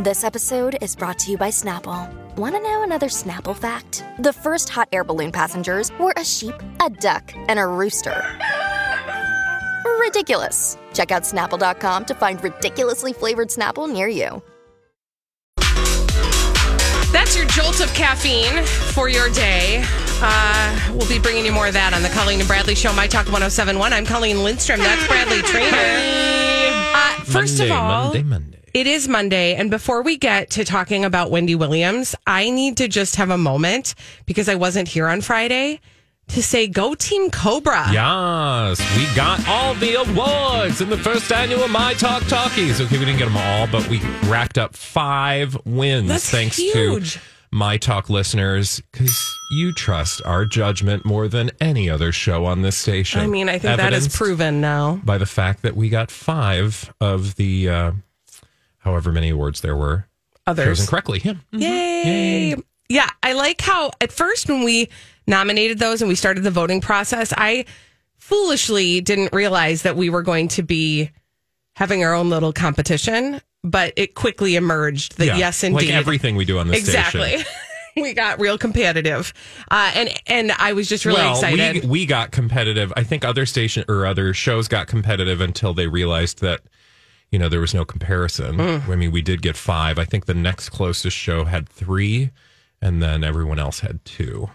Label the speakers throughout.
Speaker 1: This episode is brought to you by Snapple. Want to know another Snapple fact? The first hot air balloon passengers were a sheep, a duck, and a rooster. Ridiculous. Check out snapple.com to find ridiculously flavored Snapple near you.
Speaker 2: That's your jolt of caffeine for your day. Uh, we'll be bringing you more of that on the Colleen and Bradley Show, My Talk 1071. I'm Colleen Lindstrom. That's Bradley Trainer. Uh, first
Speaker 3: Monday,
Speaker 2: of all,
Speaker 3: Monday, Monday.
Speaker 2: it is Monday. And before we get to talking about Wendy Williams, I need to just have a moment because I wasn't here on Friday to say, Go Team Cobra.
Speaker 3: Yes, we got all the awards in the first annual My Talk Talkies. Okay, we didn't get them all, but we racked up five wins
Speaker 2: That's
Speaker 3: thanks
Speaker 2: huge.
Speaker 3: to My Talk listeners because you trust our judgment more than any other show on this station.
Speaker 2: I mean, I think that is
Speaker 3: Evidenced
Speaker 2: proven now.
Speaker 3: by the fact that we got five of the uh, however many awards there were chosen
Speaker 2: Others.
Speaker 3: correctly. Yeah.
Speaker 2: Yay. Yeah, I like how at first when we nominated those and we started the voting process, I foolishly didn't realize that we were going to be having our own little competition, but it quickly emerged that
Speaker 3: Yeah,
Speaker 2: yes, indeed.
Speaker 3: Like everything we do on this station.
Speaker 2: exactly. we got real competitive. Uh, and, and I was just really excited.
Speaker 3: We, we got competitive. I think other station or other shows got competitive until they realized that you know there was no comparison.
Speaker 2: Hmm.
Speaker 3: I mean, we did get five. I think the next closest show had three, and then everyone else had two.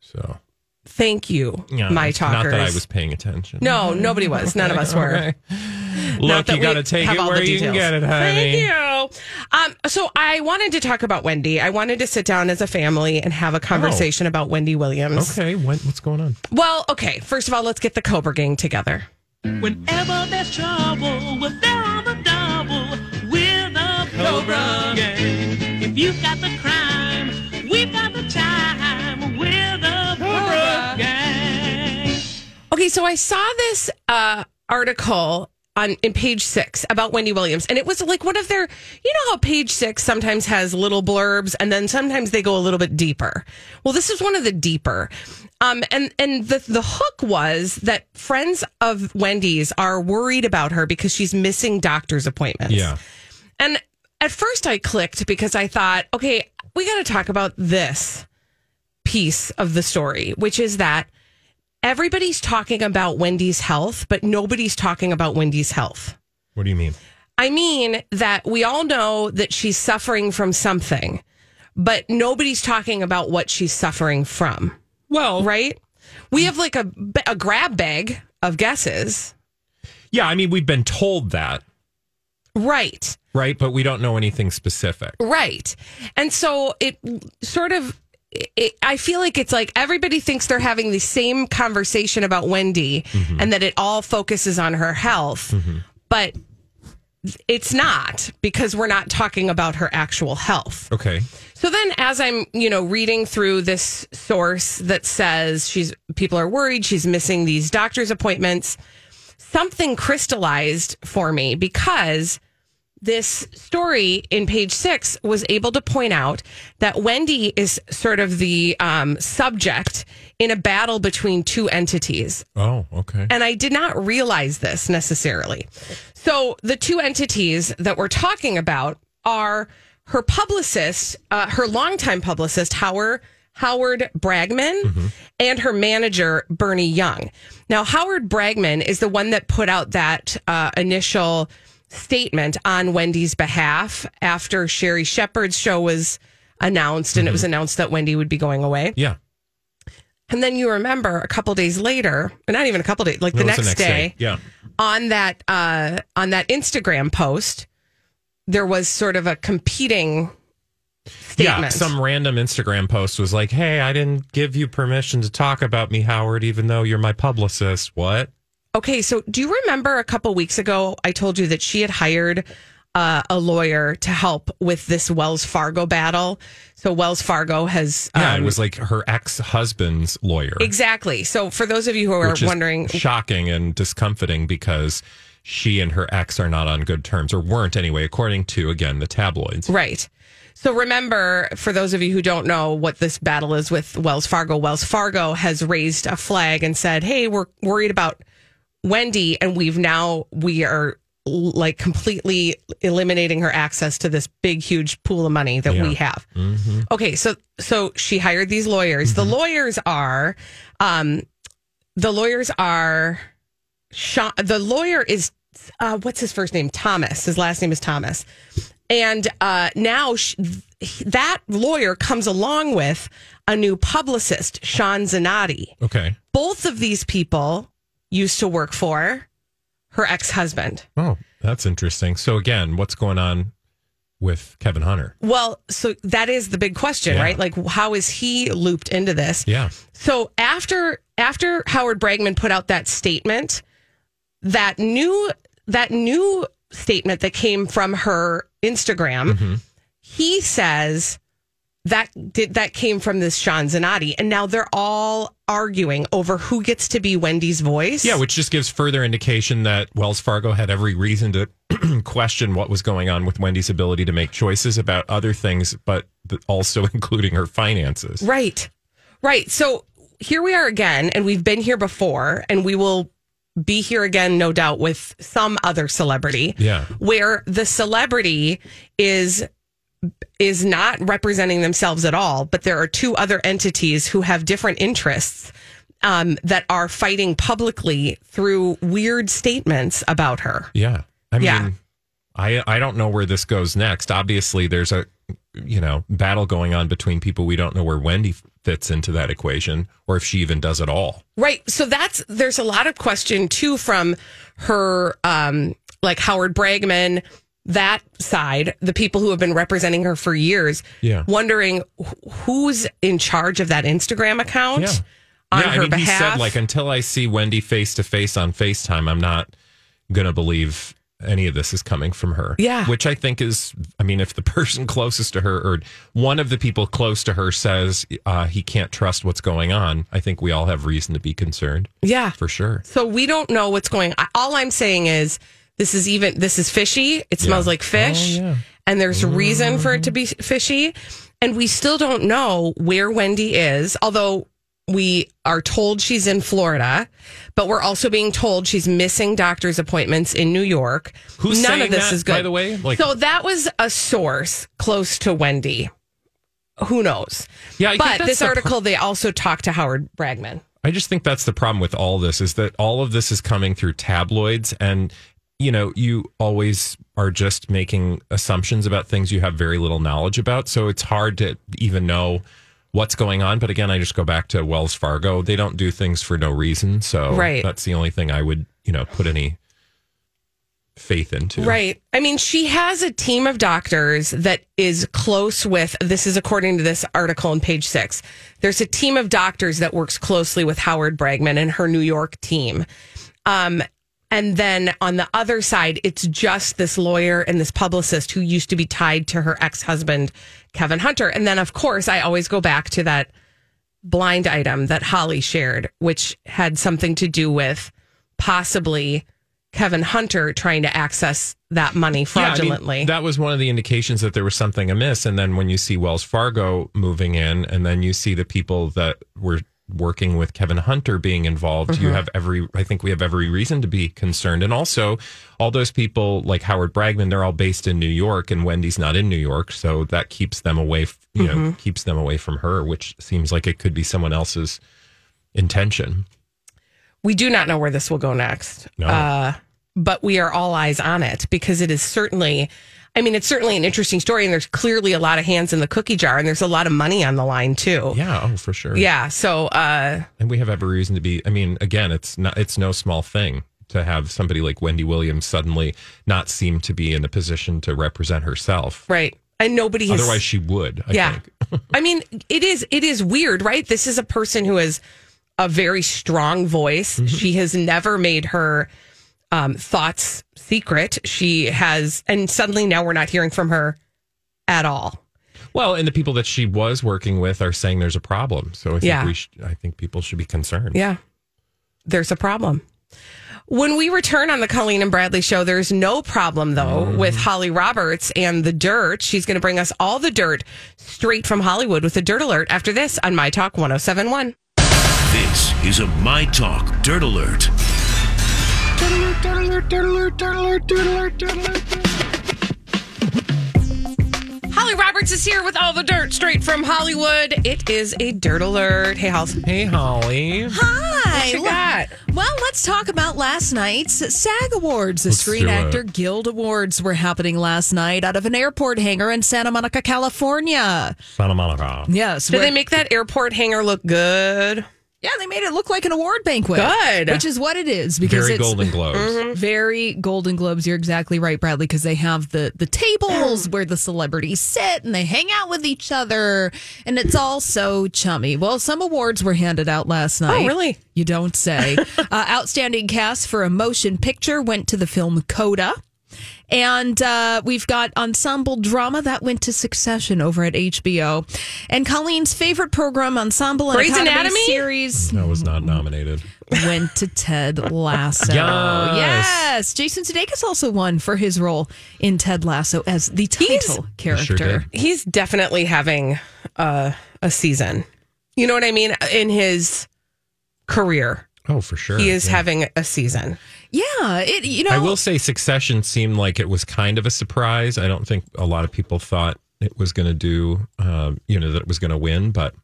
Speaker 3: So
Speaker 2: Thank you,
Speaker 3: yeah,
Speaker 2: my talkers.
Speaker 3: Not that I was paying attention.
Speaker 2: no, nobody was. None of us were.
Speaker 3: Okay. Look,
Speaker 2: that
Speaker 3: you
Speaker 2: we
Speaker 3: got to take
Speaker 2: have
Speaker 3: it
Speaker 2: all the
Speaker 3: where you can
Speaker 2: details.
Speaker 3: get it, honey.
Speaker 2: Thank you. Um, so I wanted to talk about Wendy. I wanted to sit down as a family and have a conversation about Wendy Williams.
Speaker 3: Oh. Okay, when, what's going on?
Speaker 2: Well, okay. First of all, let's get the Cobra Gang together.
Speaker 4: Whenever there's trouble, we're there on the double. We're the Cobra Gang. If you've got the crime, we've got the time. We're the Cobra Gang.
Speaker 2: Okay, so I saw this uh, article on in page six about Wendy Williams, and it was like one of their. You know how page six sometimes has little blurbs, and then sometimes they go a little bit deeper. Well, this is one of the deeper, um, and and the the hook was that friends of Wendy's are worried about her because she's missing doctor's appointments.
Speaker 3: Yeah.
Speaker 2: And at first I clicked because I thought, okay, we got to talk about this piece of the story, which is that everybody's talking about Wendy's health, but nobody's talking about Wendy's health.
Speaker 3: What do you mean?
Speaker 2: I mean, that we all know that she's suffering from something, but nobody's talking about what she's suffering from,
Speaker 3: Well,
Speaker 2: right? We have like a, a grab bag of guesses,
Speaker 3: yeah. I mean, we've been told that,
Speaker 2: right?
Speaker 3: right? But we don't know anything specific.
Speaker 2: Right. And so it sort of, it, I feel like it's like everybody thinks they're having the same conversation about Wendy and that it all focuses on her health, but it's not because we're not talking about her actual health.
Speaker 3: Okay.
Speaker 2: So then, as I'm, you know, reading through this source that says she's people are worried she's missing these doctor's appointments, something crystallized for me because this story in page six was able to point out that Wendy is sort of the um, subject in a battle between two entities,
Speaker 3: Oh, okay.
Speaker 2: and I did not realize this necessarily. So the two entities that we're talking about are her publicist, uh, her longtime publicist, Howard Howard Bragman, and her manager Bernie Young. Now Howard Bragman is the one that put out that uh, initial statement on Wendy's behalf after Sherry Shepard's show was announced, and it was announced that Wendy would be going away.
Speaker 3: yeah.
Speaker 2: And then you remember a couple days later, and not even a couple days, like the
Speaker 3: It was
Speaker 2: next, day,
Speaker 3: Yeah.
Speaker 2: on that uh, on that Instagram post, there was sort of a competing statement.
Speaker 3: Yeah, some random Instagram post was like, "Hey, I didn't give you permission to talk about me, Howard, even though you're my publicist." What?
Speaker 2: okay, so do you remember a couple weeks ago I told you that she had hired uh, a lawyer to help with this Wells Fargo battle. So Wells Fargo has
Speaker 3: Yeah,
Speaker 2: um,
Speaker 3: it was like her ex husband's lawyer.
Speaker 2: exactly. So for those of you who are
Speaker 3: which is
Speaker 2: wondering,
Speaker 3: shocking and discomforting because she and her ex are not on good terms or weren't anyway, according to again the tabloids.
Speaker 2: Right. So remember, for those of you who don't know what this battle is with Wells Fargo, Wells Fargo has raised a flag and said, "Hey, we're worried about Wendy, and we've now we are l- like completely eliminating her access to this big, huge pool of money that we have."
Speaker 3: Mm-hmm.
Speaker 2: Okay, so so she hired these lawyers. The lawyers are, um, the lawyers are, Sha the lawyer is, uh, what's his first name? Thomas. His last name is Thomas and uh, now sh- th- that lawyer comes along with a new publicist, Sean Zanotti.
Speaker 3: Okay.
Speaker 2: Both of these people used to work for her ex husband.
Speaker 3: Oh, that's interesting. So again, what's going on with Kevin Hunter?
Speaker 2: Well, so that is the big question,
Speaker 3: Yeah.
Speaker 2: right? Like, how is he looped into this?
Speaker 3: Yeah.
Speaker 2: So after after Howard Bragman put out that statement, that new that new statement that came from her Instagram, he says that did that came from this Sean Zanotti, and now they're all arguing over who gets to be Wendy's voice.
Speaker 3: Yeah, which just gives further indication that Wells Fargo had every reason to question what was going on with Wendy's ability to make choices about other things, but th- also including her finances.
Speaker 2: Right. Right. So here we are again, and we've been here before, and we will be here again, no doubt, with some other celebrity.
Speaker 3: Yeah.
Speaker 2: Where the celebrity is is not representing themselves at all, but there are two other entities who have different interests um, that are fighting publicly through weird statements about her.
Speaker 3: Yeah. I mean,
Speaker 2: Yeah.
Speaker 3: I I don't know where this goes next. Obviously, there's a you know battle going on between people. We don't know where Wendy fits into that equation, or if she even does at all.
Speaker 2: Right. So that's there's a lot of question too from her um like Howard Bragman that side, the people who have been representing her for years,
Speaker 3: Yeah.
Speaker 2: wondering wh- who's in charge of that Instagram account
Speaker 3: Yeah.
Speaker 2: on
Speaker 3: yeah,
Speaker 2: her
Speaker 3: I mean,
Speaker 2: behalf.
Speaker 3: he said like until I see Wendy face to face on Facetime, I'm not gonna believe any of this is coming from her.
Speaker 2: Yeah.
Speaker 3: which I think is, I mean, if the person closest to her or one of the people close to her says uh, he can't trust what's going on, I think we all have reason to be concerned
Speaker 2: yeah.
Speaker 3: for sure.
Speaker 2: So we don't know what's going on. All I'm saying is this is even this is fishy. It smells like fish.
Speaker 3: Oh, yeah. Mm-hmm.
Speaker 2: And there's reason for it to be fishy. And we still don't know where Wendy is, although we are told she's in Florida, but we're also being told she's missing doctor's appointments in New York.
Speaker 3: Who's
Speaker 2: None of
Speaker 3: saying
Speaker 2: this is
Speaker 3: that,
Speaker 2: good.
Speaker 3: by the way? Like-
Speaker 2: so that was a source close to Wendy. Who knows?
Speaker 3: Yeah, I think
Speaker 2: but
Speaker 3: that's
Speaker 2: this
Speaker 3: the pro-
Speaker 2: article, they also talked to Howard Bragman.
Speaker 3: I just think that's the problem with all this is that all of this is coming through tabloids and you know, you always are just making assumptions about things you have very little knowledge about, so it's hard to even know what's going on. But again, I just go back to Wells Fargo. They don't do things for no reason, so
Speaker 2: Right.
Speaker 3: that's the only thing I would, you know, put any faith into.
Speaker 2: Right. I mean, she has a team of doctors that is close with, this is according to this article on page six. There's a team of doctors that works closely with Howard Bragman and her New York team. Um, and then on the other side, it's just this lawyer and this publicist who used to be tied to her ex husband, Kevin Hunter. And then, of course, I always go back to that blind item that Holly shared, which had something to do with possibly Kevin Hunter trying to access that money
Speaker 3: Yeah, I mean,
Speaker 2: fraudulently.
Speaker 3: that was one of the indications that there was something amiss. And then when you see Wells Fargo moving in, and then you see the people that were working with Kevin Hunter being involved, you have every, I think we have every reason to be concerned. And also, all those people like Howard Bragman, they're all based in New York, and Wendy's not in New York. So that keeps them away, f- you know, keeps them away from her, which seems like it could be someone else's intention.
Speaker 2: we do not know where this will go next.
Speaker 3: No.
Speaker 2: Uh, but we are all eyes on it because it is certainly, I mean, it's certainly an interesting story, and there's clearly a lot of hands in the cookie jar, and there's a lot of money on the line too.
Speaker 3: Yeah, oh, for sure.
Speaker 2: Yeah, so uh,
Speaker 3: And we have every reason to be. I mean, again, it's not. It's no small thing to have somebody like Wendy Williams suddenly not seem to be in a position to represent herself.
Speaker 2: right, and nobody has.
Speaker 3: Otherwise, she would. I
Speaker 2: yeah,
Speaker 3: Think.
Speaker 2: I mean, it is it is weird, right? This is a
Speaker 3: Mm-hmm.
Speaker 2: person who has a very strong voice. She has never made her um, thoughts secret. She has, and suddenly now we're not hearing from her at all.
Speaker 3: Well, and the people that she was working with are saying there's a problem. So I think
Speaker 2: Yeah.
Speaker 3: we sh- I think people should be concerned.
Speaker 2: Yeah. There's a problem. When we return on the Colleen and Bradley show, there's no problem though with Holly Roberts and the dirt. She's going to bring us all the dirt straight from Hollywood with a dirt alert after this on My Talk 1071.
Speaker 5: This is a My Talk Dirt Alert.
Speaker 2: Holly Roberts is here with all the dirt straight from Hollywood. It is a dirt alert. Hey, Holly.
Speaker 3: Hey, Holly.
Speaker 6: Hi.
Speaker 2: you got?
Speaker 6: Well, let's talk about last night's SAG Awards. The
Speaker 3: Let's
Speaker 6: Screen
Speaker 3: do it.
Speaker 6: Actor Guild Awards were happening last night out of an airport hangar in Santa Monica, California.
Speaker 3: Santa Monica.
Speaker 6: Yes.
Speaker 2: Did
Speaker 6: where-
Speaker 2: they make that airport hangar look good?
Speaker 6: yeah, they made it look like an award banquet.
Speaker 2: Good.
Speaker 6: Which is what it is because
Speaker 3: Very
Speaker 6: it's
Speaker 3: Golden Globes.
Speaker 2: Mm-hmm.
Speaker 6: very Golden Globes. You're exactly right, Bradley, because they have the the tables where the celebrities sit and they hang out with each other, and it's all so chummy. Well, some awards were handed out last night.
Speaker 2: Oh, really?
Speaker 6: You don't say. uh, outstanding cast for a motion picture went to the film Coda. And uh, we've got ensemble drama that went to Succession over at HBO, and Colleen's favorite program, ensemble and
Speaker 2: Grey's
Speaker 6: Academy
Speaker 2: Anatomy?
Speaker 6: series,
Speaker 3: That was not nominated.
Speaker 6: went to Ted Lasso.
Speaker 3: Yes.
Speaker 6: Yes. Jason Sudeikis also won for his role in Ted Lasso as the title
Speaker 3: Sure
Speaker 6: character.
Speaker 3: did.
Speaker 2: He's definitely having uh, a season. You know what I mean? In his career,
Speaker 3: Oh, for sure.
Speaker 2: he is
Speaker 3: Yeah.
Speaker 2: having a season.
Speaker 6: yeah, it you know
Speaker 3: I will say Succession seemed like it was kind of a surprise. I don't think a lot of people thought it was going to do, um, you know, that it was going to win, but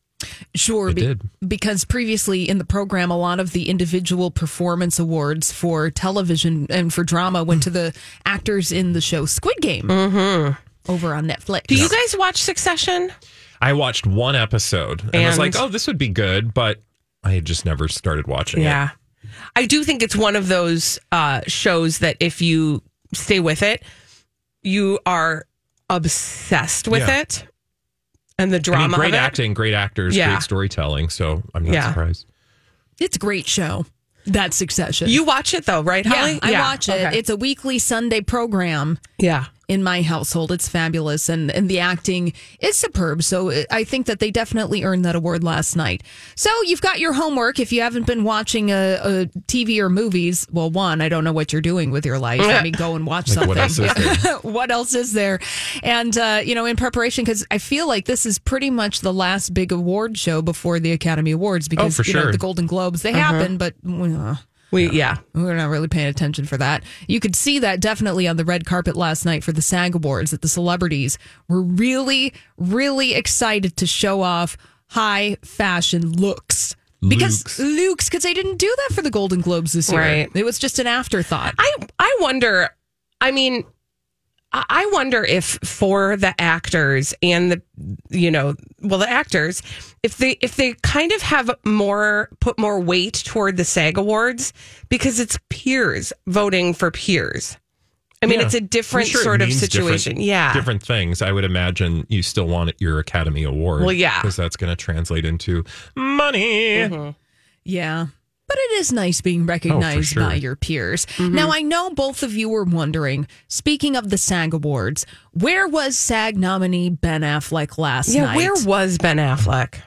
Speaker 6: sure
Speaker 3: It did.
Speaker 6: because previously in the program a lot of the individual performance awards for television and for drama went to the actors in the show Squid Game.
Speaker 2: Mm-hmm.
Speaker 6: Over on Netflix.
Speaker 2: Do you guys watch Succession?
Speaker 3: I watched one episode and, was
Speaker 2: And-
Speaker 3: like, oh, this would be good, but I had just never started watching it.
Speaker 2: Yeah. I do think it's one of those uh, shows that if you stay with it, you are obsessed with
Speaker 3: Yeah.
Speaker 2: it and the drama.
Speaker 3: I mean,
Speaker 2: of
Speaker 3: great
Speaker 2: it.
Speaker 3: acting, great actors,
Speaker 2: Yeah.
Speaker 3: great storytelling. So I'm not
Speaker 2: Yeah.
Speaker 3: surprised.
Speaker 6: it's a great show. That Succession.
Speaker 2: You watch it though, right, Holly?
Speaker 6: yeah, I watch it.
Speaker 2: okay.
Speaker 6: It's a weekly Sunday program.
Speaker 2: yeah.
Speaker 6: in my household. It's fabulous, and and the acting is superb. So uh, I think that they definitely earned that award last night. So you've got your homework if you haven't been watching a, a TV or movies. Well, one, I don't know what you're doing with your life. I mean, go and watch
Speaker 3: Like, what
Speaker 6: something.
Speaker 3: else is there?
Speaker 6: what else is there? And uh, you know, in preparation, because I feel like this is pretty much the last big award show before the Academy Awards because
Speaker 3: Oh, for
Speaker 6: you know
Speaker 3: sure.
Speaker 6: the Golden Globes they happen, but. uh,
Speaker 2: We yeah.
Speaker 6: we're not really paying attention for that. You could see that definitely on the red carpet last night for the SAG Awards that the celebrities were really, really excited to show off high fashion looks. Because
Speaker 3: Looks.
Speaker 6: Luke's, because they didn't do that for the Golden Globes this year.
Speaker 2: Right.
Speaker 6: It was just an afterthought.
Speaker 2: I I wonder. I mean, I- I wonder if for the actors and the you know, well, the actors, if they if they kind of have more put more weight toward the SAG Awards because it's peers voting for peers. I mean,
Speaker 3: Yeah.
Speaker 2: it's a different
Speaker 3: I'm sure it
Speaker 2: sort of
Speaker 3: means different-
Speaker 2: situation. yeah.
Speaker 3: Different things. I would imagine you still want your Academy Award.
Speaker 2: Well, yeah. Mm-hmm.
Speaker 3: Because that's going to translate into money.
Speaker 6: Yeah. But it is nice being recognized
Speaker 3: Oh, sure.
Speaker 6: by your peers.
Speaker 2: Mm-hmm.
Speaker 6: Now, I know both of you were wondering, speaking of the SAG Awards, where was SAG nominee Ben Affleck last
Speaker 2: Yeah.
Speaker 6: night?
Speaker 2: Where was Ben Affleck?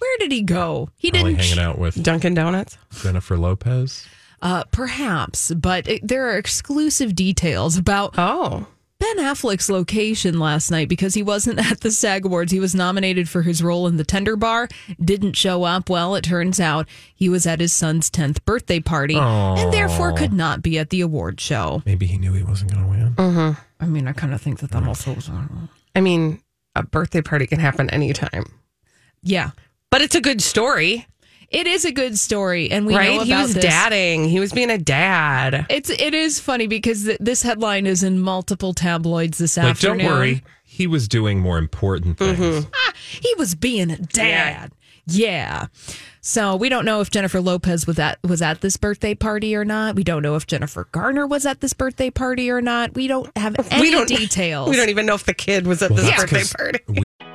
Speaker 6: Where did he go? He
Speaker 3: Probably
Speaker 6: didn't
Speaker 3: hanging out with
Speaker 2: Dunkin' Donuts.
Speaker 3: Jennifer Lopez.
Speaker 6: Uh, perhaps, but it, there are exclusive details about
Speaker 2: Oh.
Speaker 6: Ben Affleck's location last night because he wasn't at the SAG Awards. He was nominated for his role in The Tender Bar, didn't show up. Well, it turns out he was at his son's 10th birthday party and therefore could not be at the award show.
Speaker 3: Maybe he knew he wasn't going to win.
Speaker 2: Mm-hmm.
Speaker 6: I mean, I kind of think that that also was.
Speaker 2: I mean, a birthday party can happen anytime,
Speaker 6: Yeah.
Speaker 2: but it's a good story,
Speaker 6: It is a good story, and we know
Speaker 2: right?
Speaker 6: about
Speaker 2: He was
Speaker 6: this.
Speaker 2: dadding. He was being a dad.
Speaker 6: It's it is funny because th- this headline is in multiple tabloids this
Speaker 3: Like,
Speaker 6: afternoon.
Speaker 3: don't worry. He was doing more important things.
Speaker 2: Mm-hmm.
Speaker 6: he was being a dad. Yeah. So we don't know if Jennifer Lopez was at was at this birthday party or not. We don't know if Jennifer Garner was at this birthday party or not. We don't have any
Speaker 2: we don't
Speaker 6: details.
Speaker 2: We don't even know if the kid was at
Speaker 3: Well,
Speaker 2: this
Speaker 3: that's
Speaker 2: birthday
Speaker 3: 'cause
Speaker 2: party.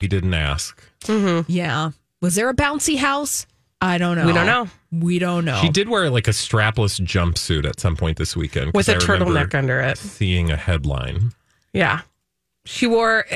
Speaker 3: He didn't ask.
Speaker 6: Yeah. Was there a bouncy house? I don't know.
Speaker 2: We don't know.
Speaker 6: We don't know.
Speaker 2: Oh.
Speaker 3: She did wear like a strapless jumpsuit at some point this weekend 'cause
Speaker 2: With a
Speaker 3: I remember
Speaker 2: turtleneck under it.
Speaker 3: Seeing a headline.
Speaker 2: Yeah. She wore,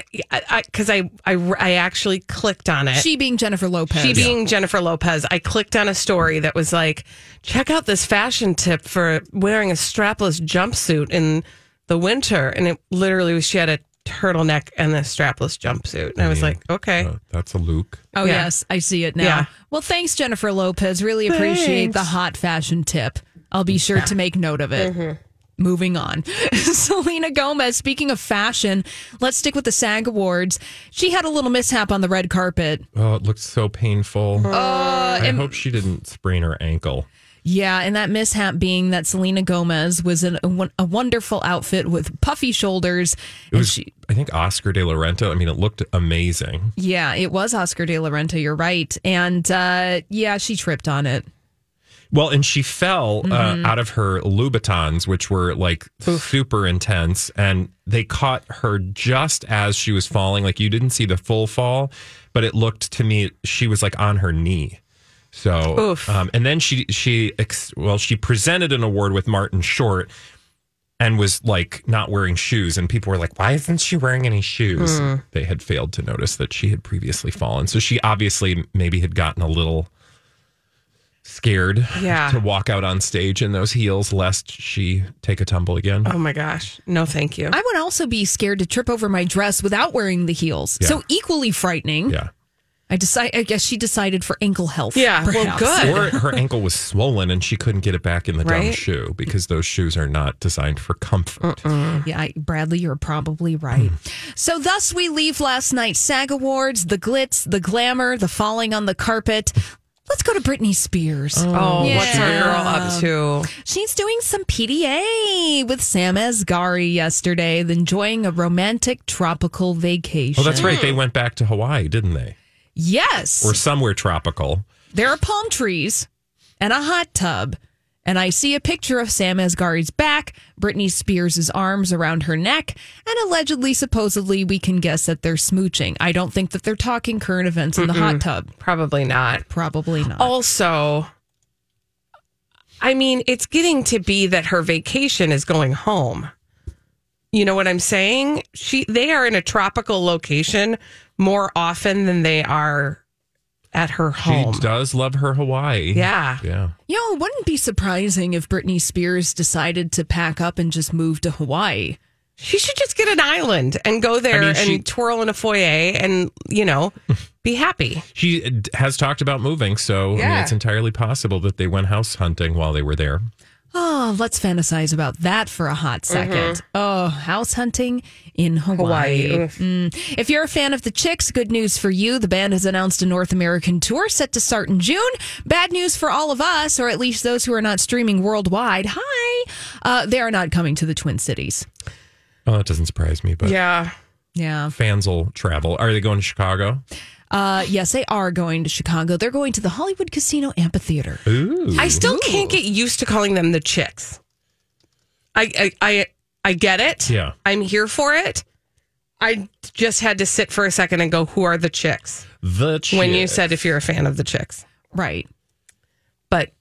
Speaker 2: because I, I, I, actually clicked on it.
Speaker 6: She being Jennifer Lopez.
Speaker 2: She being Jennifer Lopez, I clicked on a story that was like, check out this fashion tip for wearing a strapless jumpsuit in the winter. And it literally was she had a turtleneck and a strapless jumpsuit. And I was like, okay.
Speaker 3: Uh, that's a Luke.
Speaker 6: oh,
Speaker 2: yeah.
Speaker 6: yes. I see it now.
Speaker 2: Yeah.
Speaker 6: Well, thanks, Jennifer Lopez. Really appreciate the hot fashion tip. I'll be sure to make note of it.
Speaker 2: Mm-hmm.
Speaker 6: Moving on. Selena Gomez, speaking of fashion, let's stick with the SAG Awards. She had a little mishap on the red carpet.
Speaker 3: Oh, it looked so painful.
Speaker 2: Mm-hmm.
Speaker 6: Oh,
Speaker 3: I hope she didn't sprain her ankle.
Speaker 6: Yeah, and that mishap being that Selena Gomez was in a, won- a wonderful outfit with puffy shoulders.
Speaker 3: It was, I think, Oscar De La Renta. I mean, it looked amazing.
Speaker 6: Yeah, it was Oscar de la Renta. You're right. And uh, yeah, she tripped on it.
Speaker 3: Well, and she fell uh, out of her Louboutins, which were like super intense, and they caught her just as she was falling. Like you didn't see the full fall, but it looked to me she was like on her knee. So,
Speaker 2: Oof.
Speaker 3: um, and then she she ex- well she presented an award with Martin Short, and was like not wearing shoes, and people were like, "Why isn't she wearing any shoes?"
Speaker 2: Hmm.
Speaker 3: They had failed to notice that she had previously fallen, so she obviously maybe had gotten a little scared
Speaker 2: Yeah.
Speaker 3: to walk out on stage in those heels lest she take a tumble again.
Speaker 2: Oh my gosh. No, thank you.
Speaker 6: I would also be scared to trip over my dress without wearing the heels. So equally frightening.
Speaker 3: Yeah.
Speaker 6: I decide. I guess she decided for ankle health.
Speaker 2: Yeah, well,
Speaker 6: perhaps.
Speaker 2: good.
Speaker 3: Or her ankle was swollen and she couldn't get it back in the dumb
Speaker 2: Right?
Speaker 3: shoe because those shoes are not designed for comfort.
Speaker 6: Yeah, I, Bradley, you're probably right.
Speaker 2: Mm.
Speaker 6: so, thus we leave last night's SAG Awards, the glitz, the glamour, the falling on the carpet. Let's go to Britney Spears.
Speaker 2: oh, what's our
Speaker 6: Yeah.
Speaker 2: girl up to?
Speaker 6: She's doing some PDA with Sam Asghari yesterday, enjoying a romantic tropical vacation.
Speaker 3: Oh, that's right. They went back to Hawaii, didn't they?
Speaker 6: Yes.
Speaker 3: Or somewhere tropical.
Speaker 6: there are palm trees and a hot tub. And I see a picture of Sam Asghari's back, Britney Spears' arms around her neck, and allegedly, supposedly, we can guess that they're smooching. I don't think that they're talking current events in the hot tub.
Speaker 2: Probably not.
Speaker 6: Probably not.
Speaker 2: Oh. Also, I mean, it's getting to be that her vacation is going home. You know what I'm saying? She they are in a tropical location more often than they are at her home.
Speaker 3: She does love her Hawaii.
Speaker 2: Yeah.
Speaker 3: Yeah.
Speaker 6: You know, it wouldn't be surprising if Britney Spears decided to pack up and just move to Hawaii.
Speaker 2: She should just get an island and go there
Speaker 3: I mean,
Speaker 2: and
Speaker 3: she-
Speaker 2: twirl in a foyer and, you know, be happy.
Speaker 3: She uh, d- has talked about moving, so I mean,
Speaker 2: Yeah.
Speaker 3: it's entirely possible that they went house hunting while they were there.
Speaker 6: Oh, let's fantasize about that for a hot
Speaker 2: Mm-hmm.
Speaker 6: 2nd Oh, house hunting in Hawaii.
Speaker 2: Hawaii, oof.
Speaker 6: Mm. If you're a fan of the Chicks, good news for you. The band has announced a North American tour set to start in June. Bad news for all of us, or at least those who are not streaming worldwide. Hi. Uh, they are not coming to the Twin Cities.
Speaker 3: Oh, that doesn't surprise me, but
Speaker 2: Yeah.
Speaker 6: Yeah.
Speaker 3: fans will travel. Are they going to Chicago?
Speaker 6: Uh, yes, they are going to Chicago. They're going to the Hollywood Casino Amphitheater.
Speaker 3: Ooh.
Speaker 2: I still can't get used to calling them the chicks. I I I, I get it.
Speaker 3: Yeah.
Speaker 2: I'm here for it. I just had to sit for a second and go, who are the chicks?
Speaker 3: the
Speaker 2: When you
Speaker 3: chick.
Speaker 2: said if you're a fan of the chicks.
Speaker 6: Right.
Speaker 2: But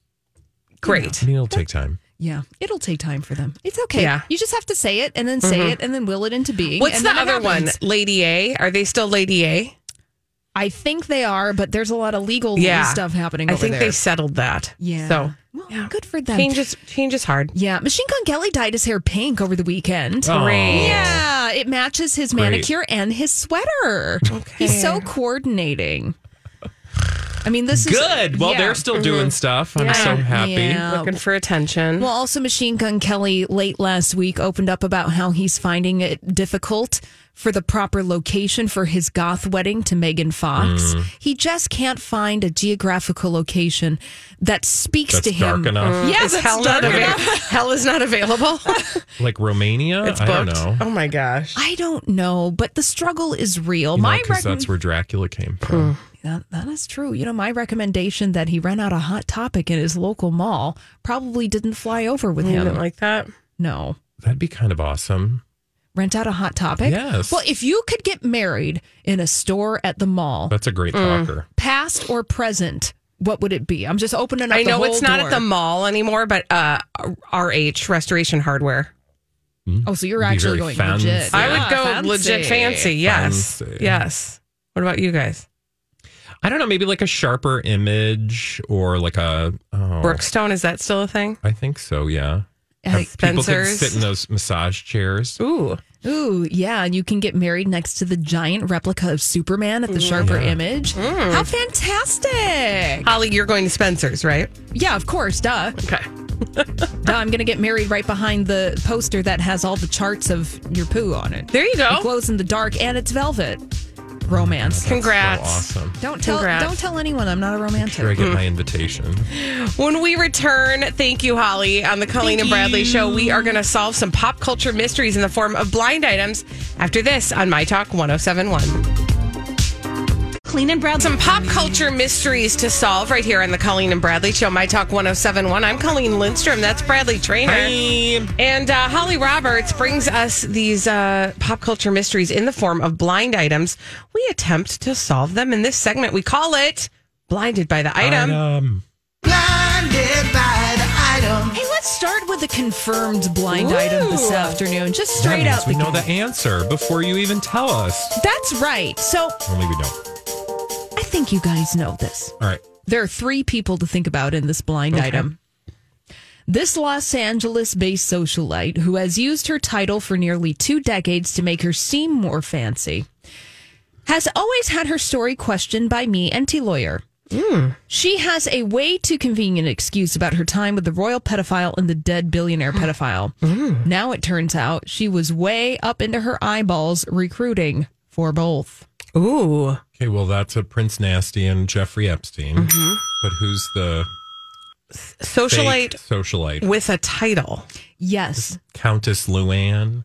Speaker 2: great.
Speaker 3: I mean, it'll take time.
Speaker 6: Yeah. It'll take time for them. It's okay.
Speaker 2: Yeah. Mm-hmm.
Speaker 6: You just have to say it and then say it and then will it into being.
Speaker 2: What's
Speaker 6: and
Speaker 2: the
Speaker 6: then it
Speaker 2: other one?
Speaker 6: happens.
Speaker 2: Lady A? Are they still Lady A?
Speaker 6: I think they are, but there's a lot of legal
Speaker 2: Yeah.
Speaker 6: stuff happening.
Speaker 2: I
Speaker 6: over
Speaker 2: think
Speaker 6: there.
Speaker 2: they settled that.
Speaker 6: Yeah.
Speaker 2: So
Speaker 6: well, good for them.
Speaker 2: change is change is hard.
Speaker 6: Yeah, Machine Gun Kelly dyed his hair pink over the weekend.
Speaker 3: Great.
Speaker 6: Yeah, it matches his
Speaker 3: Great.
Speaker 6: manicure and his sweater. He's so coordinating. I mean, this is
Speaker 3: Good. Well,
Speaker 6: yeah.
Speaker 3: they're still
Speaker 2: Mm-hmm.
Speaker 3: doing stuff. I'm so happy.
Speaker 6: Yeah.
Speaker 2: Looking for attention.
Speaker 6: Oh. Well, also Machine Gun Kelly late last week opened up about how he's finding it difficult for the proper location for his goth wedding to Megan Fox.
Speaker 3: Mm.
Speaker 6: He just can't find a geographical location that speaks
Speaker 3: That's
Speaker 6: to him.
Speaker 3: dark enough.
Speaker 6: Yeah,
Speaker 2: is
Speaker 6: that's
Speaker 2: hell
Speaker 6: dark
Speaker 2: not ava-
Speaker 6: enough.
Speaker 2: hell is not available.
Speaker 3: Like Romania?
Speaker 2: it's booked.
Speaker 3: I don't know.
Speaker 2: Oh my gosh.
Speaker 6: I don't know, but the struggle is real.
Speaker 3: You know,
Speaker 6: my
Speaker 3: 'cause
Speaker 6: rec-
Speaker 3: that's where Dracula came from.
Speaker 2: Hmm.
Speaker 6: that, that is true. You know, my recommendation that he rent out a hot topic in his local mall probably didn't fly over with
Speaker 2: You
Speaker 6: him.
Speaker 2: didn't like that?
Speaker 6: no.
Speaker 3: That'd be kind of awesome.
Speaker 6: Rent out a hot topic.
Speaker 3: Yes.
Speaker 6: Well, if you could get married in a store at the mall,
Speaker 3: That's a great
Speaker 2: Mm.
Speaker 3: talker.
Speaker 6: past or present, what would it be? I'm just opening up.
Speaker 2: I
Speaker 6: the
Speaker 2: know
Speaker 6: whole
Speaker 2: it's not
Speaker 6: door.
Speaker 2: at the mall anymore, but uh, RH Restoration Hardware.
Speaker 6: Oh, so you're
Speaker 3: Be
Speaker 6: actually
Speaker 3: very
Speaker 6: going
Speaker 3: fancy.
Speaker 6: legit.
Speaker 2: I
Speaker 6: Yeah,
Speaker 2: would go legit fancy. Yes,
Speaker 3: Fancy.
Speaker 2: yes. What about you guys?
Speaker 3: I don't know, maybe like a sharper image or like a. Oh,
Speaker 2: Brookstone is that still a thing?
Speaker 3: I think so, yeah.
Speaker 6: I-
Speaker 3: Have people could
Speaker 2: Spencer's.
Speaker 3: sit in those massage chairs.
Speaker 2: Ooh,
Speaker 6: Ooh, yeah, and you can get married next to the giant replica of Superman at the
Speaker 2: Mm.
Speaker 6: Sharper Image. How fantastic!
Speaker 2: Holly, you're going to Spencer's, right?
Speaker 6: Yeah, of course, duh.
Speaker 2: Okay.
Speaker 6: Duh, I'm going to get married right behind the poster that has all the charts of your poo on it.
Speaker 2: There you
Speaker 6: It
Speaker 2: go.
Speaker 6: glows in the dark and it's velvet. Romance.
Speaker 2: Congrats.
Speaker 3: So awesome.
Speaker 6: Don't tell
Speaker 2: Congrats.
Speaker 6: don't tell anyone I'm not a
Speaker 3: Here I
Speaker 6: romantic.
Speaker 3: get my invitation.
Speaker 2: When we return, thank you, Holly, on the Colleen and Bradley show. We are going to solve some pop culture mysteries in the form of blind items after this on My Talk 1071.
Speaker 7: Clean and Bradley.
Speaker 2: Some pop culture mysteries to solve right here on the Colleen and Bradley show, My Talk 1071. I'm Colleen Lindstrom. That's Bradley Trainer. And uh, Holly Roberts brings us these uh, pop culture mysteries in the form of blind items. We attempt to solve them in this segment. We call it Blinded by the Item.
Speaker 3: Um,
Speaker 6: Hey, let's start with the confirmed blind item this
Speaker 2: Ooh.
Speaker 6: afternoon. Just
Speaker 3: that
Speaker 6: straight
Speaker 3: means
Speaker 6: out
Speaker 3: we
Speaker 6: the
Speaker 3: know the
Speaker 6: gate.
Speaker 3: answer before you even tell us.
Speaker 6: That's right. So
Speaker 3: Only we don't.
Speaker 6: I think you guys know this.
Speaker 3: All right.
Speaker 6: There are three people to think about in this blind item. This Los Angeles based socialite who has used her title for nearly two decades to make her seem more fancy has always had her story questioned by me and T Lawyer.
Speaker 3: Hmm.
Speaker 6: She has a way too convenient excuse about her time with the royal pedophile and the dead billionaire pedophile.
Speaker 3: Hmm.
Speaker 6: Now it turns out she was way up into her eyeballs recruiting for both.
Speaker 2: Ooh.
Speaker 3: Okay, well, that's a Prince Nasty and Jeffrey Epstein.
Speaker 2: Mm-hmm.
Speaker 3: But who's the fake
Speaker 2: Socialite
Speaker 3: socialite?
Speaker 2: with a title.
Speaker 6: Yes.
Speaker 3: Countess Luann.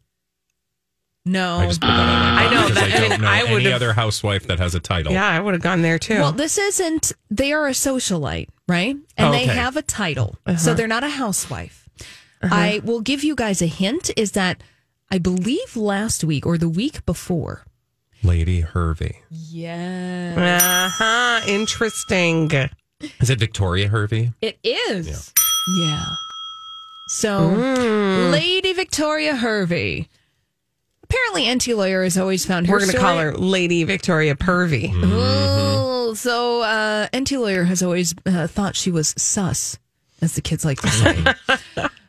Speaker 6: No.
Speaker 3: I just put that on my
Speaker 2: Oh. I know
Speaker 3: because
Speaker 2: that- I
Speaker 3: I don't
Speaker 2: mean,
Speaker 3: know
Speaker 2: I
Speaker 3: any
Speaker 2: would've-
Speaker 3: other housewife that has a title.
Speaker 2: Yeah, I would have gone there too.
Speaker 6: Well, this isn't, they are a socialite, right?
Speaker 2: Oh,
Speaker 6: And they
Speaker 3: Okay.
Speaker 6: have a title.
Speaker 2: Uh-huh.
Speaker 6: So they're not a housewife. I will give you guys a hint is that I believe last week or the week before.
Speaker 3: Lady Hervey.
Speaker 6: Yeah.
Speaker 2: uh huh. Interesting.
Speaker 3: Is it Victoria Hervey?
Speaker 6: It is. Yeah. So,
Speaker 2: Mm.
Speaker 6: Lady Victoria Hervey. Apparently, anti lawyer has always found her.
Speaker 2: We're going to
Speaker 6: story-
Speaker 2: call her Lady Victoria Purvey.
Speaker 6: Mm-hmm. Ooh, so uh, NT lawyer has always uh, thought she was sus, as the kids like to say.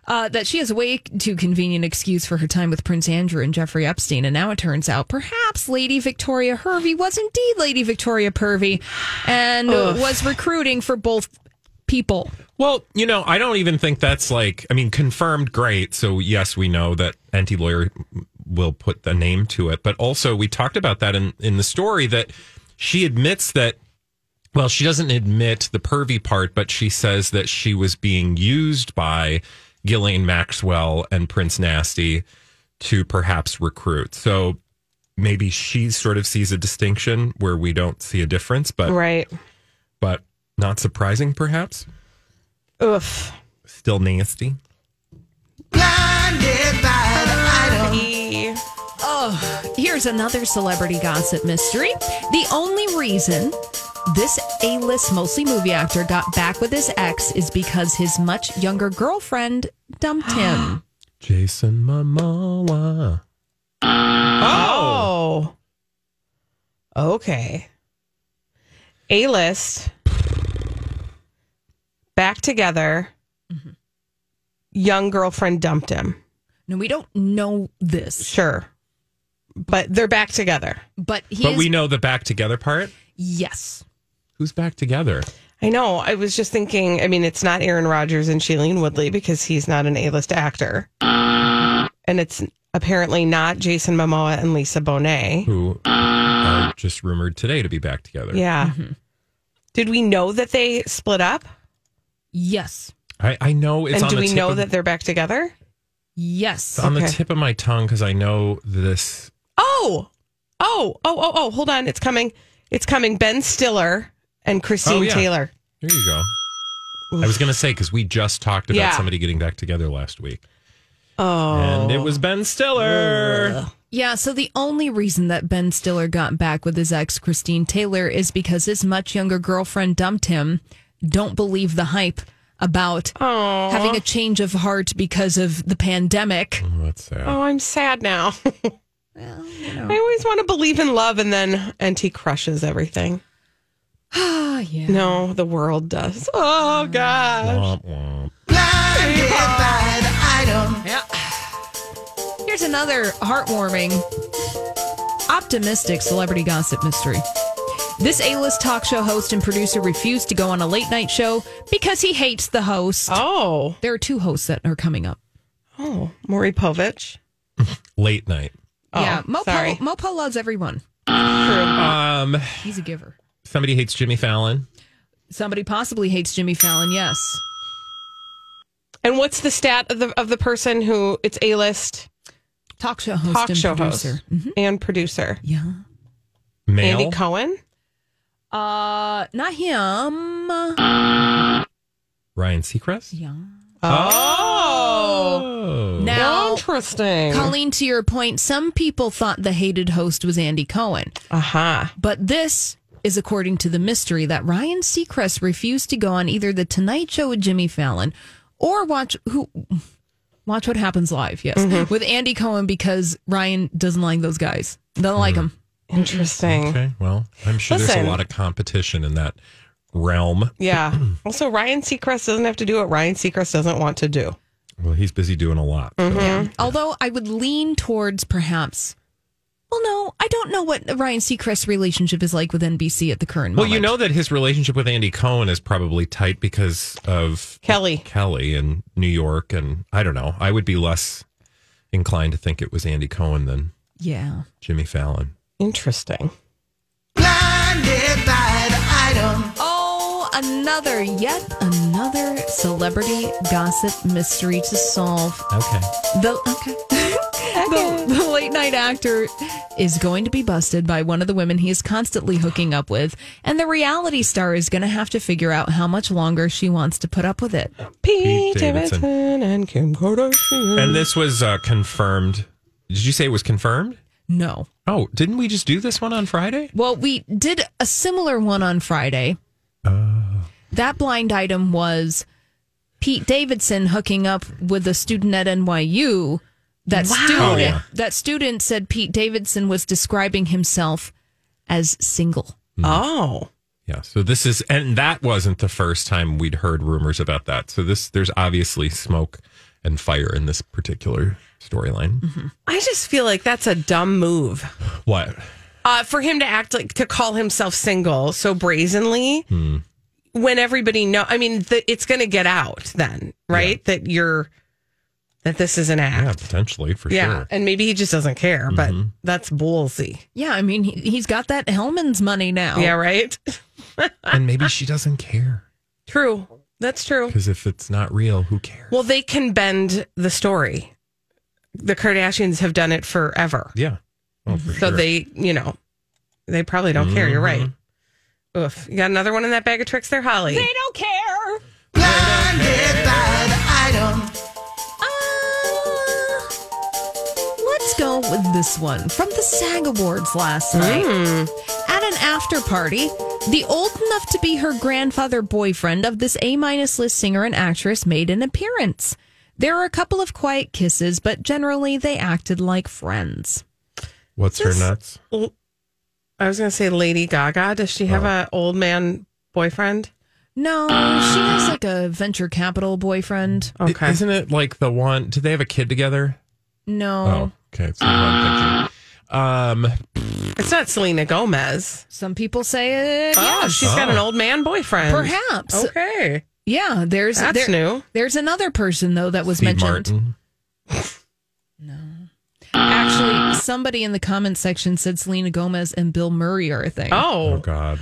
Speaker 6: Uh, that she has a way too convenient excuse for her time with Prince Andrew and Jeffrey Epstein. And now it turns out perhaps Lady Victoria Hervey was indeed Lady Victoria Purvey and was recruiting for both people.
Speaker 3: Well, you know, I don't even think that's like, I mean, confirmed, great. So, yes, we know that anti lawyer will put the name to it. But also, we talked about that in, in the story that she admits that, well, she doesn't admit the pervy part, but she says that she was being used by Ghislaine Maxwell and Prince Nasty to perhaps recruit. So maybe she sort of sees a distinction where we don't see a difference, but,
Speaker 2: Right.
Speaker 3: but not surprising, perhaps.
Speaker 2: Oof.
Speaker 3: Still nasty.
Speaker 6: Here's another celebrity gossip mystery. The only reason this A list, mostly movie actor, got back with his ex is because his much younger girlfriend dumped him.
Speaker 3: Jason Momoa.
Speaker 2: Oh. Okay. A list, back together, young girlfriend dumped him.
Speaker 6: No, we don't know this,
Speaker 2: Sure. But they're back together.
Speaker 6: but he
Speaker 3: But
Speaker 6: is.
Speaker 3: we know the back together part.
Speaker 6: yes.
Speaker 3: Who's back together?
Speaker 2: I know. I was just thinking, I mean, it's not Aaron Rodgers and Shailene Woodley because he's not an A list actor. And it's apparently not Jason Momoa and Lisa Bonet.
Speaker 3: Who are just rumored today to be back together.
Speaker 2: Yeah. Did we know that they split up?
Speaker 6: Yes.
Speaker 3: I, I know it's
Speaker 2: and
Speaker 3: on
Speaker 2: do
Speaker 3: the
Speaker 2: we
Speaker 3: tip
Speaker 2: know
Speaker 3: of,
Speaker 2: that they're back together?
Speaker 6: Yes.
Speaker 3: it's on the
Speaker 2: Okay.
Speaker 3: tip of my tongue because I know this.
Speaker 2: Oh, oh, oh, oh, oh, hold on. It's coming. It's coming. Ben Stiller and Christine
Speaker 3: Oh, yeah.
Speaker 2: Taylor.
Speaker 3: Here you go. I was going to say because we just talked about
Speaker 2: Yeah.
Speaker 3: somebody getting back together last week,
Speaker 2: Oh.
Speaker 3: and it was Ben Stiller.
Speaker 6: Yeah, so the only reason that Ben Stiller got back with his ex, Christine Taylor, is because his much younger girlfriend dumped him. Don't believe the hype about
Speaker 2: Oh.
Speaker 6: having a change of heart because of the pandemic.
Speaker 3: Oh, That's sad.
Speaker 2: Oh, I'm sad now. I always want to believe in love, and then and he crushes everything.
Speaker 6: Oh, yeah. Ah.
Speaker 2: No, the world does. Oh God.
Speaker 3: Womp womp.
Speaker 6: Here's another heartwarming, optimistic celebrity gossip mystery. This A list talk show host and producer refused to go on a late night show because he hates the host.
Speaker 2: Oh,
Speaker 6: There are two hosts that are coming up.
Speaker 2: oh, Maury Povich.
Speaker 3: Late night.
Speaker 2: Oh,
Speaker 6: yeah, Mopo,
Speaker 2: sorry. Uh,
Speaker 6: Mopo loves everyone.
Speaker 3: Um,
Speaker 6: He's a giver.
Speaker 3: somebody hates Jimmy Fallon.
Speaker 6: Somebody possibly hates Jimmy Fallon. Yes.
Speaker 2: And what's the stat of the of the person who it's a list
Speaker 6: Talk show host
Speaker 2: talk
Speaker 6: and
Speaker 2: show
Speaker 6: producer. Mm-hmm.
Speaker 2: host and producer
Speaker 6: Yeah.
Speaker 3: Male.
Speaker 2: Andy Cohen?
Speaker 6: Uh, not him.
Speaker 3: Ryan Seacrest.
Speaker 6: Yeah.
Speaker 2: Oh,
Speaker 3: Oh.
Speaker 6: Now,
Speaker 2: interesting.
Speaker 6: Colleen, to your point, some people thought the hated host was Andy Cohen,
Speaker 2: Aha.
Speaker 6: but this is according to the mystery that Ryan Seacrest refused to go on either the Tonight Show with Jimmy Fallon or watch who. Watch what happens live, yes, with Andy Cohen because Ryan doesn't like those guys. Doesn't like them.
Speaker 2: Interesting.
Speaker 3: Okay. Well, I'm sure there's
Speaker 2: Listen.
Speaker 3: a lot of competition in that realm.
Speaker 2: Yeah. also, Ryan Seacrest doesn't have to do what Ryan Seacrest doesn't want to do.
Speaker 3: Well, he's busy doing a lot.
Speaker 2: Mm-hmm.
Speaker 3: so-
Speaker 6: Although I would lean towards perhaps. Well, no, I don't know what Ryan Seacrest's relationship is like with NBC at the current
Speaker 3: Well,
Speaker 6: moment.
Speaker 3: you know that his relationship with Andy Cohen is probably tight because of
Speaker 2: Kelly.
Speaker 3: Kelly in New York, and I don't know. I would be less inclined to think it was Andy Cohen than
Speaker 6: Yeah.
Speaker 3: Jimmy Fallon.
Speaker 2: Interesting.
Speaker 6: Oh, another, yet another celebrity gossip mystery to solve.
Speaker 3: Okay.
Speaker 6: The okay. the, the late night actor is going to be busted by one of the women he is constantly hooking up with, and the reality star is going to have to figure out how much longer she wants to put up with it.
Speaker 3: Pete
Speaker 2: Pete,
Speaker 3: Davidson.
Speaker 2: Davidson. and Kim Kardashian.
Speaker 3: And this was uh, confirmed. Did you say it was confirmed?
Speaker 6: No.
Speaker 3: Oh, didn't we just do this one on Friday?
Speaker 6: Well, we did a similar one on Friday.
Speaker 3: Oh.
Speaker 6: That blind item was Pete Davidson hooking up with a student at NYU. That student
Speaker 3: Oh, yeah.
Speaker 6: that student said Pete Davidson was describing himself as single.
Speaker 2: Oh,
Speaker 3: Yeah. So this is, and that wasn't the first time we'd heard rumors about that. So this, there's obviously smoke and fire in this particular storyline.
Speaker 2: I just feel like that's a dumb move
Speaker 3: What?
Speaker 2: uh, for him to act like to call himself single so brazenly
Speaker 3: Hmm.
Speaker 2: when everybody know. I mean, the, it's going to get out then, right? That you're that this is an
Speaker 3: Yeah,
Speaker 2: act.
Speaker 3: potentially for
Speaker 2: Yeah,
Speaker 3: sure. Mm-hmm.
Speaker 2: and maybe he just doesn't care, but that's ballsy.
Speaker 6: Yeah, I mean he, he's got that Hellman's money
Speaker 3: Oh.
Speaker 6: now.
Speaker 2: Yeah, right.
Speaker 3: and maybe she doesn't care
Speaker 2: True. That's true.
Speaker 3: because if it's not real, who cares?
Speaker 2: Well, they can bend the story. The Kardashians have done it forever.
Speaker 3: yeah. Well, for
Speaker 2: Mm-hmm. So
Speaker 3: sure.
Speaker 2: they, you know, they probably don't care. You're right. Oof. You got another one in that bag of tricks there, Holly.
Speaker 6: They don't care. Uh, let's go with this one from the SAG Awards last night. At an after party, the old enough to be her grandfather boyfriend of this A minus list singer and actress made an appearance. There were a couple of quiet kisses, but generally they acted like friends.
Speaker 3: What's her nuts?
Speaker 2: I was going to say Lady Gaga. Does she have a old man boyfriend?
Speaker 6: No, she has like a venture capital boyfriend.
Speaker 2: Okay.
Speaker 3: Isn't it like the one? Do they have a kid together?
Speaker 6: No,
Speaker 3: Oh, okay. It's the one picture. um,
Speaker 2: It's not Selena Gomez.
Speaker 6: some people say it.
Speaker 2: Oh, she's got an old man boyfriend.
Speaker 6: Perhaps.
Speaker 2: Okay.
Speaker 6: Yeah, there's
Speaker 2: That's
Speaker 6: there-
Speaker 2: new.
Speaker 6: There's another person though that was
Speaker 3: Steve
Speaker 6: mentioned.
Speaker 3: Martin.
Speaker 6: Actually, somebody in the comment section said Selena Gomez and Bill Murray are a thing.
Speaker 3: Oh
Speaker 2: Oh,
Speaker 3: God.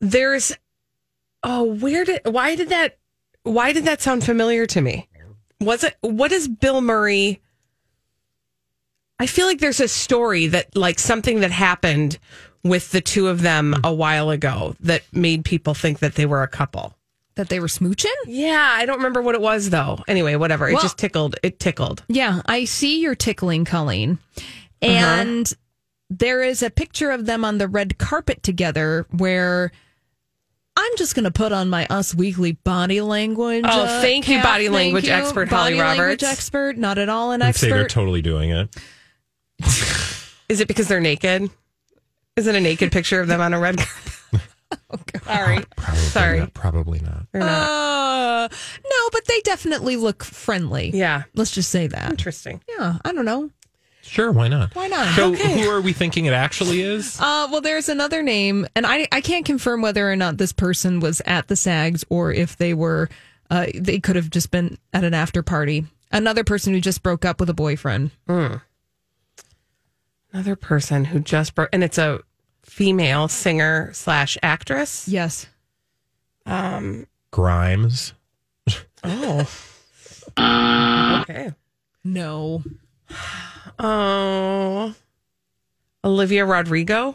Speaker 2: there's. Oh, where did? Why did that? Why did that sound familiar to me? Was it? What is Bill Murray? I feel like there's a story that like something that happened with the two of them a while ago that made people think that they were a couple.
Speaker 6: That they were smooching?
Speaker 2: Yeah, I don't remember what it was though. Anyway, whatever. It
Speaker 6: Well-
Speaker 2: just tickled. It tickled.
Speaker 6: Yeah, I see you're tickling, Colleen.
Speaker 2: Uh-huh.
Speaker 6: And there is a picture of them on the red carpet together where I'm just going to put on my Us Weekly body language. uh,
Speaker 2: Oh, thank you,
Speaker 6: cap.
Speaker 2: body language expert Holly
Speaker 6: body language
Speaker 2: Roberts.
Speaker 6: expert, not at all an
Speaker 3: I'd say they're
Speaker 6: expert.
Speaker 3: totally doing it.
Speaker 2: Is it because they're naked? Is it a naked picture of them on a red carpet? Sorry.
Speaker 3: Probably
Speaker 2: Sorry.
Speaker 3: Not, probably not.
Speaker 2: Or not.
Speaker 6: uh, no, but they definitely look friendly.
Speaker 2: yeah.
Speaker 6: Let's just say that.
Speaker 2: Interesting.
Speaker 6: Yeah, I don't know.
Speaker 3: Sure, why not?
Speaker 6: Why not?
Speaker 3: So, who are we thinking it actually is?
Speaker 6: Uh, well, there's another name, and I I can't confirm whether or not this person was at the SAGs or if they were, uh, they could have just been at an after party. Another person who just broke up with a boyfriend.
Speaker 2: Another person who just broke, and it's a female singer slash actress.
Speaker 6: Yes.
Speaker 3: Grimes.
Speaker 2: Oh. okay.
Speaker 6: No.
Speaker 2: Oh. Olivia Rodrigo.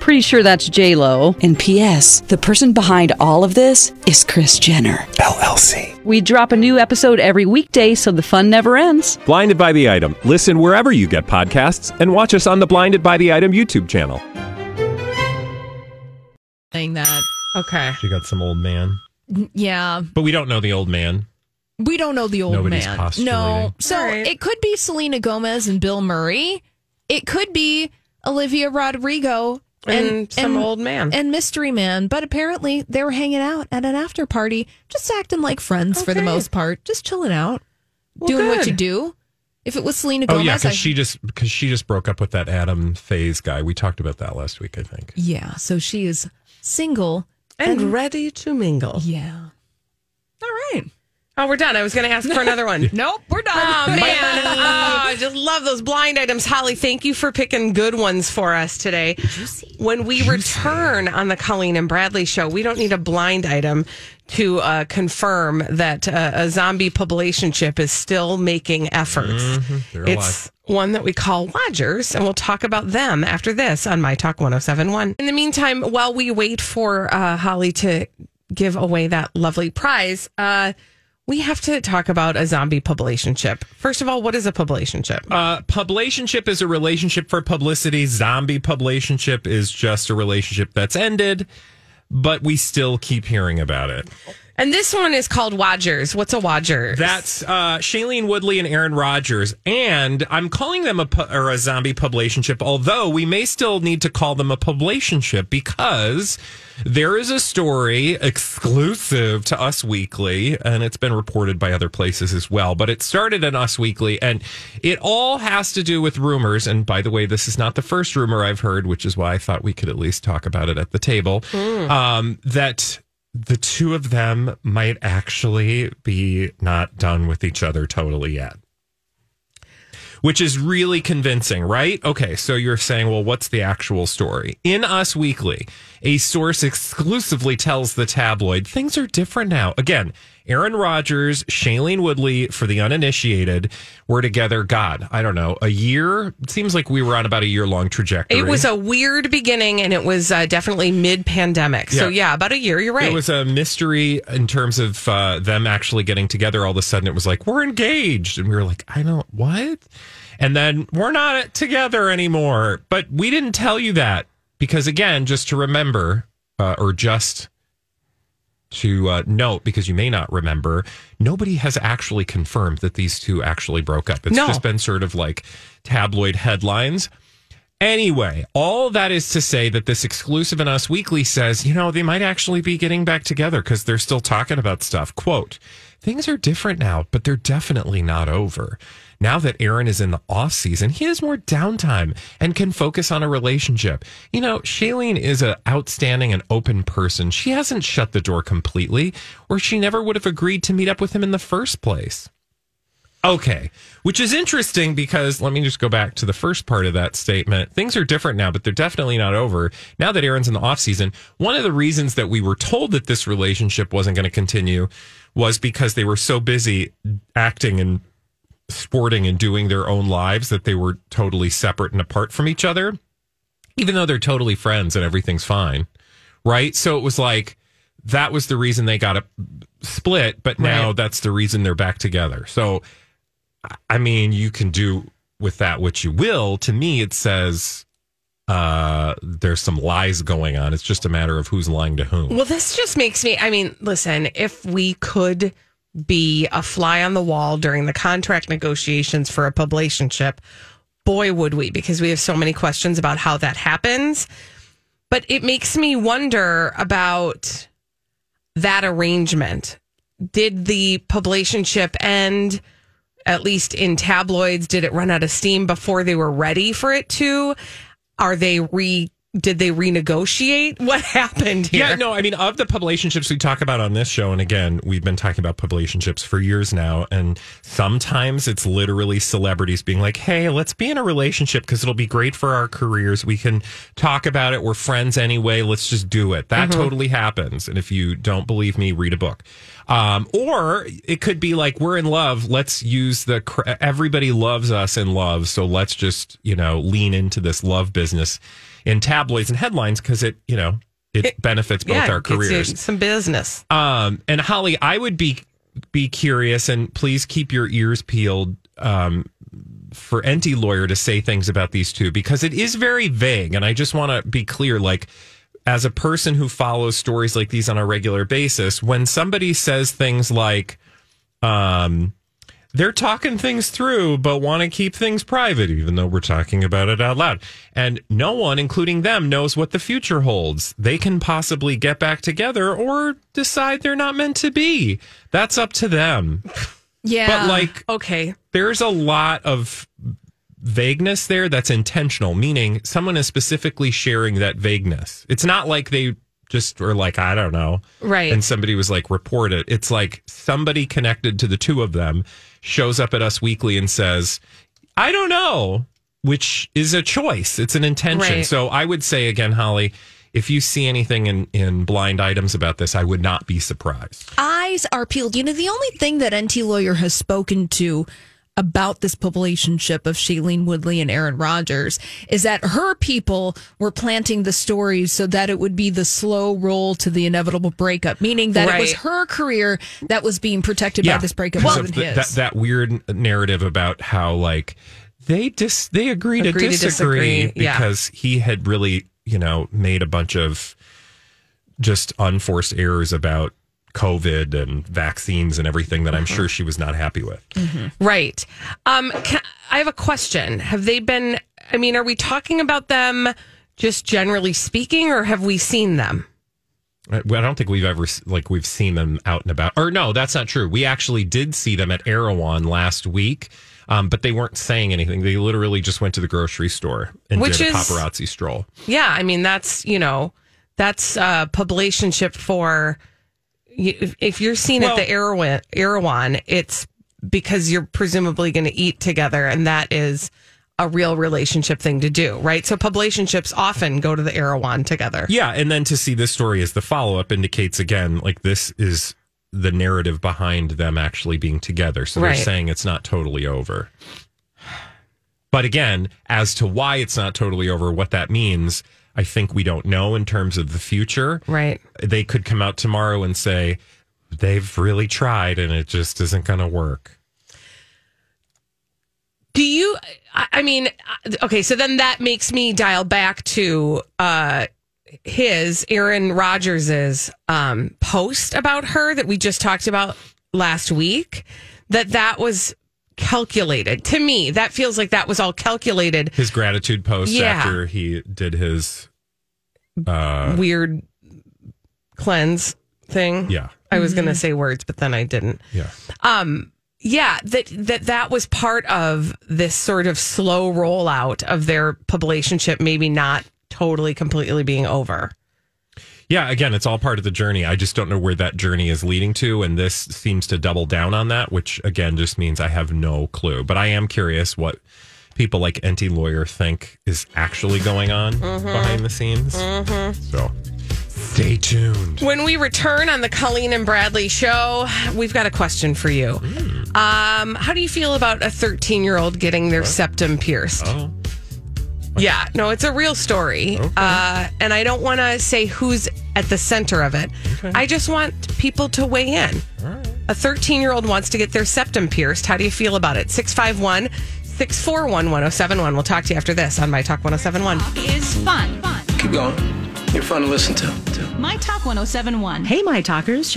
Speaker 8: Pretty sure that's J Lo. And P.S. The person behind all of this is Chris Jenner LLC. We drop a new episode every weekday, so the fun never ends.
Speaker 9: Blinded by the item. Listen wherever you get podcasts, and watch us on the Blinded by the Item YouTube channel.
Speaker 6: Saying that,
Speaker 2: Okay.
Speaker 3: She got some old man,
Speaker 6: yeah,
Speaker 3: but we don't know the old man.
Speaker 6: we don't know the old
Speaker 3: Nobody's
Speaker 6: man. No,
Speaker 3: postulating.
Speaker 6: so
Speaker 2: right.
Speaker 6: it could be Selena Gomez and Bill Murray. It could be Olivia Rodrigo
Speaker 2: And, some old man.
Speaker 6: and mystery man but apparently they were hanging out at an after party just acting like friends for the
Speaker 2: Okay.
Speaker 6: most part just chilling out doing what
Speaker 2: good.
Speaker 6: you do if it was selena
Speaker 3: Oh
Speaker 6: gomez
Speaker 3: yeah,
Speaker 6: I-
Speaker 3: because she just because she just broke up with that Adam Faze guy. We talked about that last week, I think.
Speaker 6: yeah so she is single
Speaker 2: and, ready to mingle.
Speaker 6: yeah all right
Speaker 2: Oh, we're done. I was going to ask for another one.
Speaker 6: nope we're done
Speaker 2: Oh man, oh, I just love those blind items. Holly, thank you for picking good ones for us today. When we return on the Colleen and Bradley show, we don't need a blind item to uh, confirm that uh, a zombie population ship is still making efforts.
Speaker 3: They're alive.
Speaker 2: It's one that we call Lodgers, and we'll talk about them after this on My Talk 1071. In the meantime, while we wait for uh, Holly to give away that lovely prize, uh, we have to talk about a zombie publication ship. First of all, what is a publication ship?
Speaker 3: Uh, publicationship is a relationship for publicity. Zombie publicationship is just a relationship that's ended, but we still keep hearing about it.
Speaker 2: And this one is called Wadgers. What's a Wadger?
Speaker 3: That's uh, Shailene Woodley and Aaron Rodgers, and I'm calling them a pu- or a zombie publicationship. Although we may still need to call them a publicationship because there is a story exclusive to Us Weekly, and it's been reported by other places as well. But it started in Us Weekly, and it all has to do with rumors. And by the way, this is not the first rumor I've heard, which is why I thought we could at least talk about it at the table. Um, that the two of them might actually be not done with each other totally yet. Which is really convincing, right? Okay, so you're saying, well, what's the actual story? In Us Weekly, a source exclusively tells the tabloid things are different now. Again, Aaron Rodgers, Shailene Woodley, for the uninitiated, were together, God, I don't know, a year? It seems like we were on about a year long trajectory.
Speaker 2: it was a weird beginning, and it was uh, definitely mid pandemic. So,
Speaker 3: Yeah.
Speaker 2: yeah, about a year. You're right.
Speaker 3: It was a mystery in terms of uh, them actually getting together. All of a sudden, it was like, we're engaged. And we were like, I don't, what? And then we're not together anymore. But we didn't tell you that because, again, just to remember uh, or just to uh, note, because you may not remember, nobody has actually confirmed that these two actually broke up. It's
Speaker 2: No.
Speaker 3: just been sort of like tabloid headlines. Anyway, all that is to say that this exclusive in Us Weekly says, you know, they might actually be getting back together because they're still talking about stuff. Quote, things are different now, but they're definitely not over. Now that Aaron is in the off season, he has more downtime and can focus on a relationship. You know, Shailene is an outstanding and open person. She hasn't shut the door completely, or she never would have agreed to meet up with him in the first place. Okay. Which is interesting because let me just go back to the first part of that statement. Things are different now, but they're definitely not over. Now that Aaron's in the offseason, one of the reasons that we were told that this relationship wasn't going to continue was because they were so busy acting and sporting and doing their own lives that they were totally separate and apart from each other, even though they're totally friends and everything's fine. Right. So it was like, that was the reason they got a split, but now that's the reason they're back together. So I mean, you can do with that what you will. To me, it says uh, there's some lies going on. It's just a matter of who's lying to whom.
Speaker 2: Well, this just makes me. I mean, listen, if we could be a fly on the wall during the contract negotiations for a publicationship, boy, would we, because we have so many questions about how that happens. But it makes me wonder about that arrangement. Did the publicationship end? At least in tabloids, did it run out of steam before they were ready for it to? Are they re? Did they renegotiate? What happened here?
Speaker 3: Yeah, no, I mean, of the publicationships we talk about on this show, and again, we've been talking about publicationships for years now, and sometimes it's literally celebrities being like, hey, let's be in a relationship because it'll be great for our careers. We can talk about it. We're friends anyway. Let's just do it. That
Speaker 10: Mhm.
Speaker 3: totally happens. And if you don't believe me, read a book. Um, or it could be like, we're in love. Let's use the, cr- everybody loves us in love. So let's just, you know, lean into this love business in tabloids and headlines because it, you know, it, benefits both our
Speaker 2: gets you
Speaker 3: careers.
Speaker 2: Some business.
Speaker 3: Um, and Holly, I would be be curious, and please keep your ears peeled um, for NT lawyer to say things about these two because it is very vague, and I just want to be clear, like. As a person who follows stories like these on a regular basis, when somebody says things like, um, they're talking things through, but want to keep things private, even though we're talking about it out loud. And no one, including them, knows what the future holds. They can possibly get back together or decide they're not meant to be. That's up to them.
Speaker 6: Yeah.
Speaker 3: But, like-
Speaker 2: okay.
Speaker 3: There's a lot of vagueness there that's intentional, meaning someone is specifically sharing that vagueness. It's not like they just were like, I don't know.
Speaker 2: Right.
Speaker 3: And somebody was like, report it. It's like somebody connected to the two of them shows up at us weekly and says, I don't know, which is a choice. It's an intention.
Speaker 2: Right.
Speaker 3: So I would say again, Holly, if you see anything in, in blind items about this, I would not be surprised.
Speaker 6: eyes are peeled. You know, the only thing that NT Lawyer has spoken to about this publicationship of Shailene Woodley and Aaron Rodgers is that her people were planting the stories so that it would be the slow roll to the inevitable breakup, meaning that it was
Speaker 2: Right.
Speaker 6: her career that was being protected by this breakup
Speaker 3: Because
Speaker 6: more
Speaker 3: of
Speaker 6: than
Speaker 3: the-
Speaker 6: his.
Speaker 3: that, that weird narrative about how like they dis they agree to
Speaker 2: Agree to
Speaker 3: disagree,
Speaker 2: disagree, yeah.
Speaker 3: because he had really you know made a bunch of just unforced errors about COVID and vaccines and everything that I'm
Speaker 2: Mm-hmm.
Speaker 3: sure she was not happy with.
Speaker 2: Right. Um, can, I have a question. Have they been? I mean, are we talking about them just generally speaking, or have we seen them?
Speaker 3: I I don't think we've ever s- like we've seen them out and about. Or no, that's not true. We actually did see them at Erewhon last week, um, but they weren't saying anything. They literally just went to the grocery store and
Speaker 2: Which
Speaker 3: did a
Speaker 2: is-
Speaker 3: paparazzi stroll.
Speaker 2: Yeah. I mean, that's you know, that's uh, publicationship for. you- If, if you're seen
Speaker 3: Well-
Speaker 2: at the Erewhon, Erewhon, it's because you're presumably going to eat together, and that is a real relationship thing to do, right? So, publicationships often go to the Erewhon together.
Speaker 3: Yeah, and then to see this story as the follow up indicates again, like this is the narrative behind them actually being together. So
Speaker 2: Right.
Speaker 3: they're saying it's not totally over. But again, as to why it's not totally over, what that means, I think we don't know in terms of the future.
Speaker 2: Right.
Speaker 3: They could come out tomorrow and say they've really tried and it just isn't going to work.
Speaker 2: Do you? I I mean, I- okay. So then that makes me dial back to uh, his Aaron Rodgers's um, post about her that we just talked about last week. That that was calculated to me. That feels like that was all calculated.
Speaker 3: His gratitude post
Speaker 2: Yeah.
Speaker 3: after he did his uh,
Speaker 2: weird cleanse thing.
Speaker 3: Yeah.
Speaker 2: I was going to say words, but then I didn't.
Speaker 3: yeah.
Speaker 2: um yeah that that that was part of this sort of slow rollout of their publicationship maybe not totally completely being over
Speaker 3: Yeah, again, it's all part of the journey. I just don't know where that journey is leading to. And this seems to double down on that, which again just means I have no clue. But I am curious what people like NT Lawyer think is actually going on behind the scenes. So stay tuned.
Speaker 2: when we return on the colleen and bradley show we've got a question for you um how do you feel about a 13 year old getting their septum pierced
Speaker 3: Oh.
Speaker 2: Yeah, no, it's a real story. Uh, and I don't want to say who's at the center of it. I just want people to weigh in. A 13 year old wants to get their septum pierced. How do you feel about it? 651 641 1071. We'll talk to you after this on My Talk 1071.
Speaker 10: Is fun.
Speaker 11: Keep going. You're fun to listen to.
Speaker 10: My Talk 1071.
Speaker 12: Hey, my talkers.